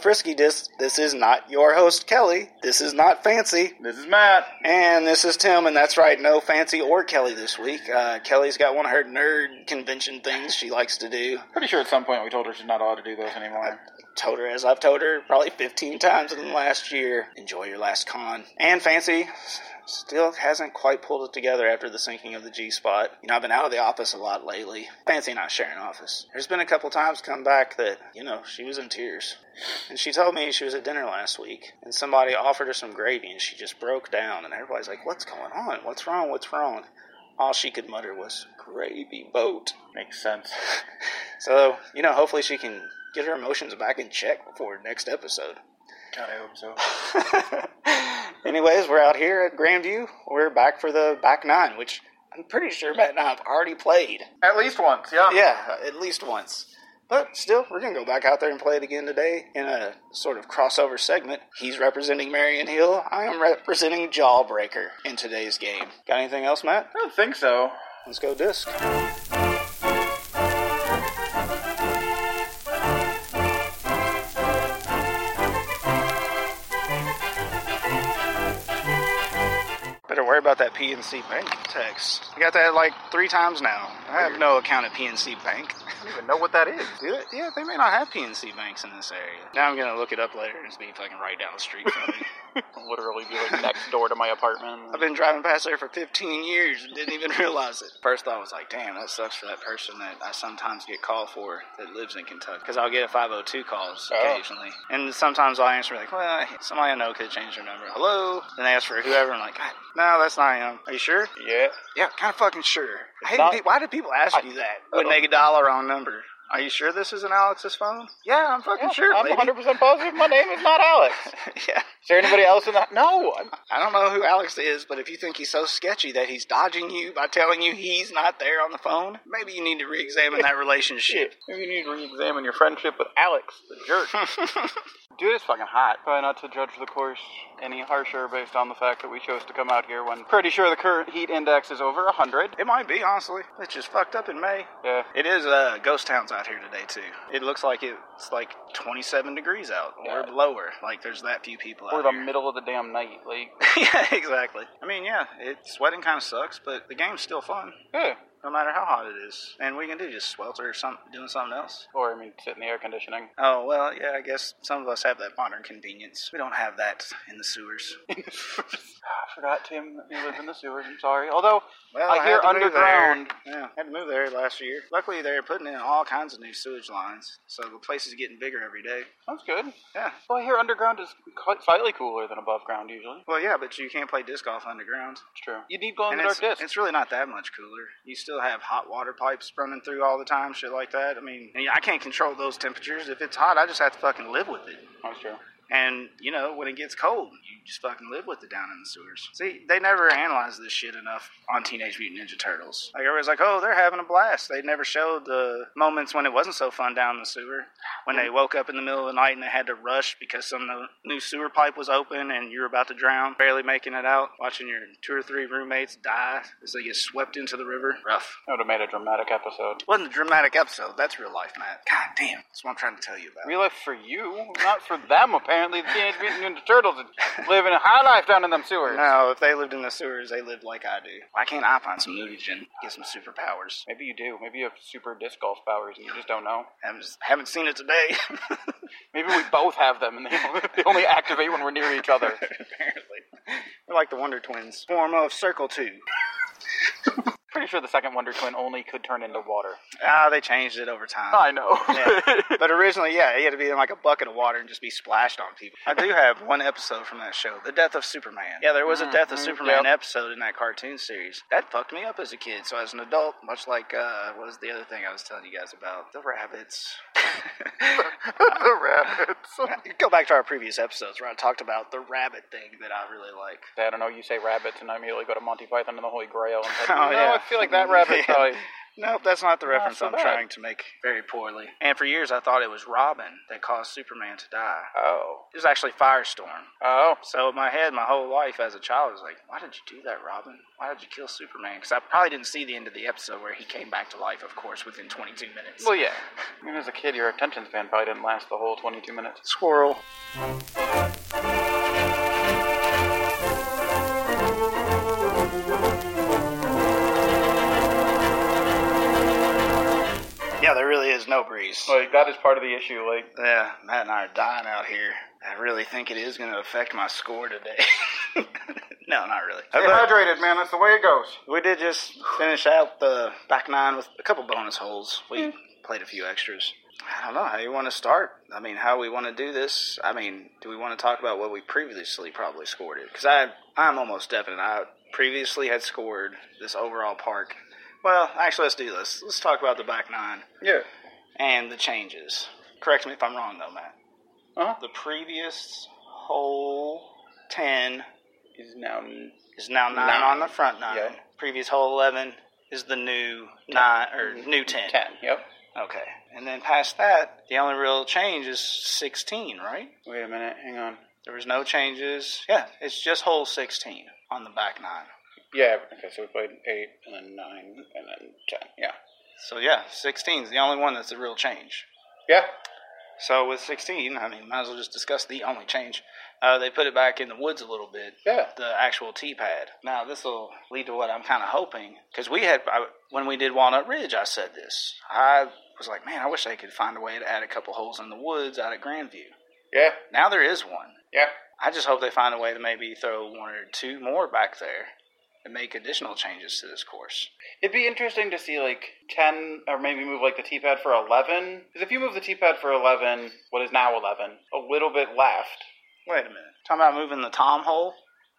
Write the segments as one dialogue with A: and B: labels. A: Frisky Disc. This is not your host, Kelly. This is not Fancy.
B: This is Matt.
A: And this is Tim, and that's right, no Fancy or Kelly this week. Uh, Kelly's got one of her nerd convention things she likes to do.
B: Pretty sure at some point we told her she's not allowed to do those anymore.
A: Told her, as I've told her probably 15 times in the last year, enjoy your last con. And Fancy still hasn't quite pulled it together after the sinking of the G spot. You know, I've been out of the office a lot lately. Fancy not sharing office. There's been a couple times come back that, you know, she was in tears. And she told me she was at dinner last week, and somebody offered her some gravy, and she just broke down. And everybody's like, What's going on? What's wrong? What's wrong? All she could mutter was, Gravy boat.
B: Makes sense.
A: So, you know, hopefully she can get her emotions back in check before next episode.
B: God, I hope so.
A: Anyways, we're out here at Grandview. We're back for the back nine, which I'm pretty sure Matt and I have already played.
B: At least once, yeah.
A: Yeah, at least once. But still, we're going to go back out there and play it again today in a sort of crossover segment. He's representing Marion Hill. I am representing Jawbreaker in today's game. Got anything else, Matt?
B: I don't think so.
A: Let's go disc. Better worry about that PNC Bank text. I got that like three times now. I have no account at PNC Bank.
B: I don't even know what that is.
A: Do they? Yeah, they may not have PNC banks in this area. Now I'm gonna look it up later and see if I can write down the street from me.
C: literally be like next door to my apartment.
A: I've been driving past there for 15 years and didn't even realize it. First thought was like, damn, that sucks for that person that I sometimes get called for that lives in Kentucky. Because I'll get a 502 calls
B: Oh.
A: occasionally. And sometimes I'll answer like, well, somebody I know could change their number. Hello? Then ask for whoever. I'm like, God, no, that's not him. Are you sure?
B: Yeah.
A: Yeah, kind of fucking sure. I hate
B: not-
A: pe- why do people ask you that when they get dollar on number? Are you sure this isn't Alex's phone? Yeah, I'm fucking sure.
B: I'm
A: lady.
B: 100% positive my name is not Alex.
A: yeah,
B: Is there anybody else in that? No. I'm-
A: I don't know who Alex is, but if you think he's so sketchy that he's dodging you by telling you he's not there on the phone, maybe you need to re-examine that relationship.
B: Maybe you need to re-examine your friendship with Alex, the jerk. Dude is fucking hot. Try not to judge the course any harsher based on the fact that we chose to come out here when pretty sure the current heat index is over 100.
A: it might be, honestly, which is fucked up in May.
B: Yeah.
A: It is uh, ghost towns out here today too. It looks like it's like 27 degrees out or
B: Yeah.
A: lower. Like there's that few people out
B: Or the
A: here.
B: middle of the damn night. Like,
A: yeah, exactly. I mean, yeah, it sweating kind of sucks, but the game's still fun.
B: yeah.
A: No matter how hot it is, and we can do just swelter or something, doing something else.
B: Or, I mean, sit in the air conditioning.
A: Oh, well, yeah, I guess some of us have that modern convenience. We don't have that in the sewers.
B: I forgot, Tim, that you live in the sewers. I'm sorry. Although,
A: Well,
B: I
A: Oh, had
B: hear
A: to move
B: underground.
A: there. Yeah, had to move there last year. Luckily, they're putting in all kinds of new sewage lines, so the place is getting bigger every day.
B: that's good.
A: Yeah.
B: Well, I hear underground is quite slightly cooler than above ground usually.
A: Well, yeah, but you can't play disc golf underground.
B: It's true. You need glow in
A: And
B: the
A: it's,
B: dark discs.
A: it's really not that much cooler. You still have hot water pipes running through all the time, shit like that. I mean, I can't control those temperatures. If it's hot, I just have to fucking live with it.
B: That's true.
A: And you know, when it gets cold, you just fucking live with it down in the sewers. See, they never analyzed this shit enough on Teenage Mutant Ninja Turtles. Like everybody's like, "Oh, they're having a blast." They never showed the moments when it wasn't so fun down in the sewer. When they woke up in the middle of the night and they had to rush because some no- new sewer pipe was open and you were about to drown, barely making it out, watching your two or three roommates die as they get swept into the river. Rough.
B: That would have made a dramatic episode.
A: Wasn't a dramatic episode. That's real life, Matt. God damn, that's what I'm trying to tell you about.
B: Real life for you, not for them, apparently. The Teenage Mutant Ninja Turtles are living a high life down in them sewers.
A: No, if they lived in the sewers, they lived like I do. Why can't I find some nudage and get some superpowers?
B: Maybe you do. Maybe you have super disc golf powers and you just don't know.
A: I just haven't seen it today.
B: Maybe we both have them and they only, they only activate when we're near each other.
A: Apparently. We're like the Wonder Twins. Form of Circle 2.
B: Pretty sure the second Wonder Twin only could turn into water.
A: Ah, they changed it over time.
B: I know.
A: Yeah. But originally, yeah, he had to be in like a bucket of water and just be splashed on people. I do have one episode from that show, The Death of Superman. Yeah, there was a Death of Superman
B: Mm-hmm, yep.
A: episode in that cartoon series. That fucked me up as a kid. So as an adult, much like uh, what was the other thing I was telling you guys about? The rabbits.
B: the rabbits.
A: Go back to our previous episodes where I talked about the rabbit thing that I really like.
B: I don't know. You say rabbits, and I immediately go to Monty Python and the Holy Grail. And it's like,
A: Oh,
B: no,
A: yeah.
B: I feel like that rabbit.
A: Yeah.
B: probably
A: Nope, that's not the reference
B: so
A: I'm
B: bad.
A: trying to make very poorly. And for years, I thought it was Robin that caused Superman to die.
B: Oh.
A: It was actually Firestorm.
B: Oh.
A: So in my head, my whole life as a child, I was like, why did you do that, Robin? Why did you kill Superman? Because I probably didn't see the end of the episode where he came back to life, of course, within 22 minutes.
B: Well, yeah. I mean, as a kid, your attention span probably didn't last the whole 22 minutes.
A: squirrel. Yeah, there really is no breeze.
B: Like, that is part of the issue. Like,
A: Yeah, Matt and I are dying out here. I really think it is going to affect my score today. no, not really.
B: stay hydrated, man. That's the way it goes.
A: We did just finish out the back nine with a couple bonus holes. We played a few extras. I don't know how you want to start. I mean, how we want to do this. I mean, do we want to talk about what we previously probably scored it? Because I, I'm almost definite. I previously had scored this overall park. Well, actually, let's do this. Let's talk about the back nine
B: Yeah.
A: and the changes. Correct me if I'm wrong, though, Matt.
B: Uh-huh.
A: The previous hole ten
B: Is now. n-
A: is now nine,
B: Nine.
A: on the front nine.
B: Yeah.
A: Previous hole eleven is the new nine or
B: Mm-hmm.
A: new ten.
B: 10. Yep.
A: Okay, and then past that, the only real change is sixteen, right?
B: Wait a minute. Hang on.
A: There was no changes. Yeah, it's just hole sixteen on the back nine.
B: Yeah. Okay, so we played 8, and then 9, and then 10. Yeah.
A: So yeah, sixteen is the only one that's a real change.
B: Yeah.
A: So with sixteen, I mean, might as well just discuss the only change. Uh, they put it back in the woods a little bit.
B: Yeah.
A: the actual T pad. Now this will lead to what I'm kind of hoping because we had I, when we did Walnut Ridge, I said this. I was like, man, I wish they could find a way to add a couple holes in the woods out at Grandview.
B: Yeah.
A: Now there is one.
B: Yeah.
A: I just hope they find a way to maybe throw one or two more back there and make additional changes to this course.
B: It'd be interesting to see like ten, or maybe move like the T pad for eleven. Because if you move the T pad for eleven, what is now eleven, a little bit left.
A: Wait a minute, talking about moving the Tom hole?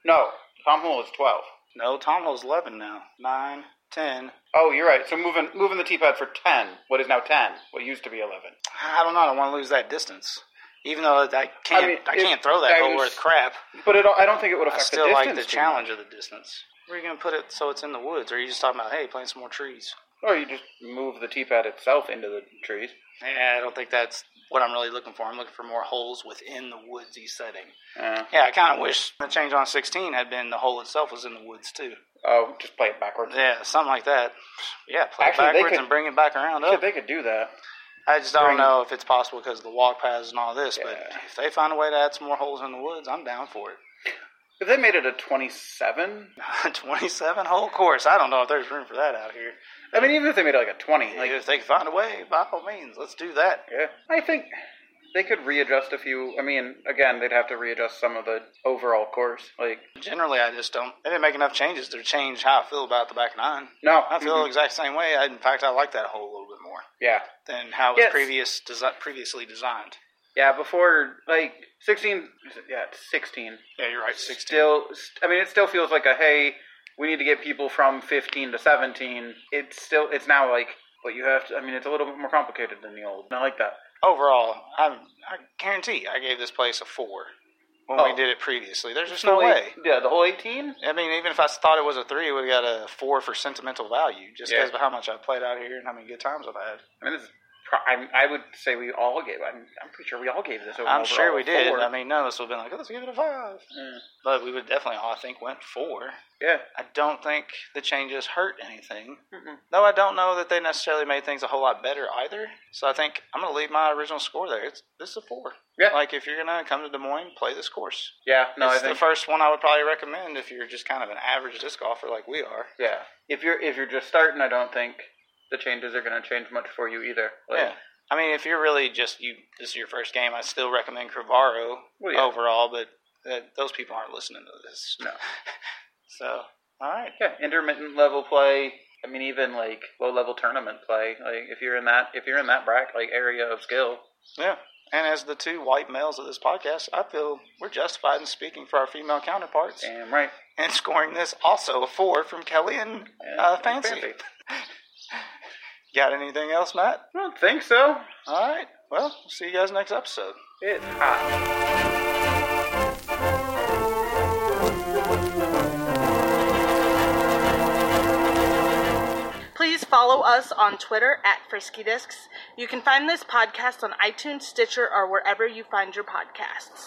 B: No, Tom Hole is twelve.
A: No, Tom hole's eleven now. Nine, ten.
B: Oh, you're right. So moving moving the T pad for ten, what is now ten, what used to be eleven.
A: I don't know. I don't want to lose that distance. Even though I can't, I,
B: mean, if-
A: can't throw that
B: I
A: hole
B: was-
A: worth crap.
B: But it, I don't think it would
A: I
B: affect the
A: still
B: distance.
A: like the
B: too
A: challenge of the distance. Where are you going to put it so it's in the woods? Or are you just talking about, hey, plant some more trees?
B: much. Or you just move the T pad itself into the trees.
A: Yeah, I don't think that's what I'm really looking for. I'm looking for more holes within the woodsy setting.
B: Uh,
A: Yeah, I kind of wish the change on 16 had been the hole itself was in the woods too.
B: oh, just play it backwards.
A: Yeah, something like that. Yeah, play
B: Actually, they
A: backwards
B: could-
A: and bring it back around
B: Shit,
A: up.
B: they could do that.
A: I just don't
B: bring-
A: know if it's possible because of the walk paths and all this. But
B: Yeah.
A: if they find a way to add some more holes in the woods, I'm down for it.
B: If they made it a twenty-seven,
A: 27 hole course. I don't know if there's room for that out here.
B: I mean, even if they made it like a twenty,
A: Like
B: like
A: if they can find a way, by all means, let's do that.
B: Yeah. I think they could readjust a few. I mean, again, they'd have to readjust some of the overall course. Like,
A: Generally, I just don't. They didn't make enough changes to change how I feel about the back nine.
B: no.
A: I feel the exact same way. I, in fact, I like that hole a little bit more
B: Yeah.
A: than how it was
B: Yes.
A: previous desi- previously designed.
B: Yeah, before, like, 16. is it- Yeah, it's 16.
A: Yeah, you're right.
B: Still, I mean, it still feels like a hey, we need to get people from 15 to 17. It's still, it's now like, but you have to, I mean, it's a little bit more complicated than the old. And I like that.
A: Overall, I'm, I guarantee I gave this place a four when we
B: Oh.
A: did it previously. There's just
B: The
A: no
B: whole
A: way.
B: eight- Yeah, the whole 18?
A: I mean, even if I thought it was a three, we got a four for sentimental value just
B: Yeah.
A: because of how much I played out here and how many good times I've had.
B: I mean, this is. pro- I'm, I would say we all gave. I'm, I'm pretty sure we all gave this. an
A: I'm sure
B: overall
A: we did.
B: four.
A: I mean, none of us would have been like, "Oh, let's give it a five.
B: Mm.
A: But we would definitely, all I think, went four.
B: yeah.
A: I don't think the changes hurt anything.
B: Mm-mm.
A: Though I don't know that they necessarily made things a whole lot better either. So I think I'm going to leave my original score there. It's this is a four.
B: Yeah.
A: Like if you're going to come to Des Moines, play this course.
B: Yeah, no,
A: it's
B: I think
A: the first one I would probably recommend if you're just kind of an average disc golfer like we are.
B: yeah. If you're if you're just starting, I don't think the changes are going to change much for you either. Like,
A: yeah. I mean, if you're really just you, this is your first game. I still recommend Crevaro
B: Well, Oh, yeah.
A: overall, but uh, those people aren't listening to this.
B: No.
A: so, all right.
B: yeah, intermittent level play. I mean, even like low level tournament play. Like if you're in that if you're in that bracket like area of skill.
A: Yeah. And as the two white males of this podcast, I feel we're justified in speaking for our female counterparts
B: Damn right.
A: and scoring this also a four from Kelly and uh,
B: Yeah,
A: Fancy. Got anything else, Matt?
B: I don't think so.
A: All right. Well, see you guys next episode.
B: It's hot.
D: Please follow us on Twitter at Frisky Discs. You can find this podcast on iTunes, Stitcher, or wherever you find your podcasts.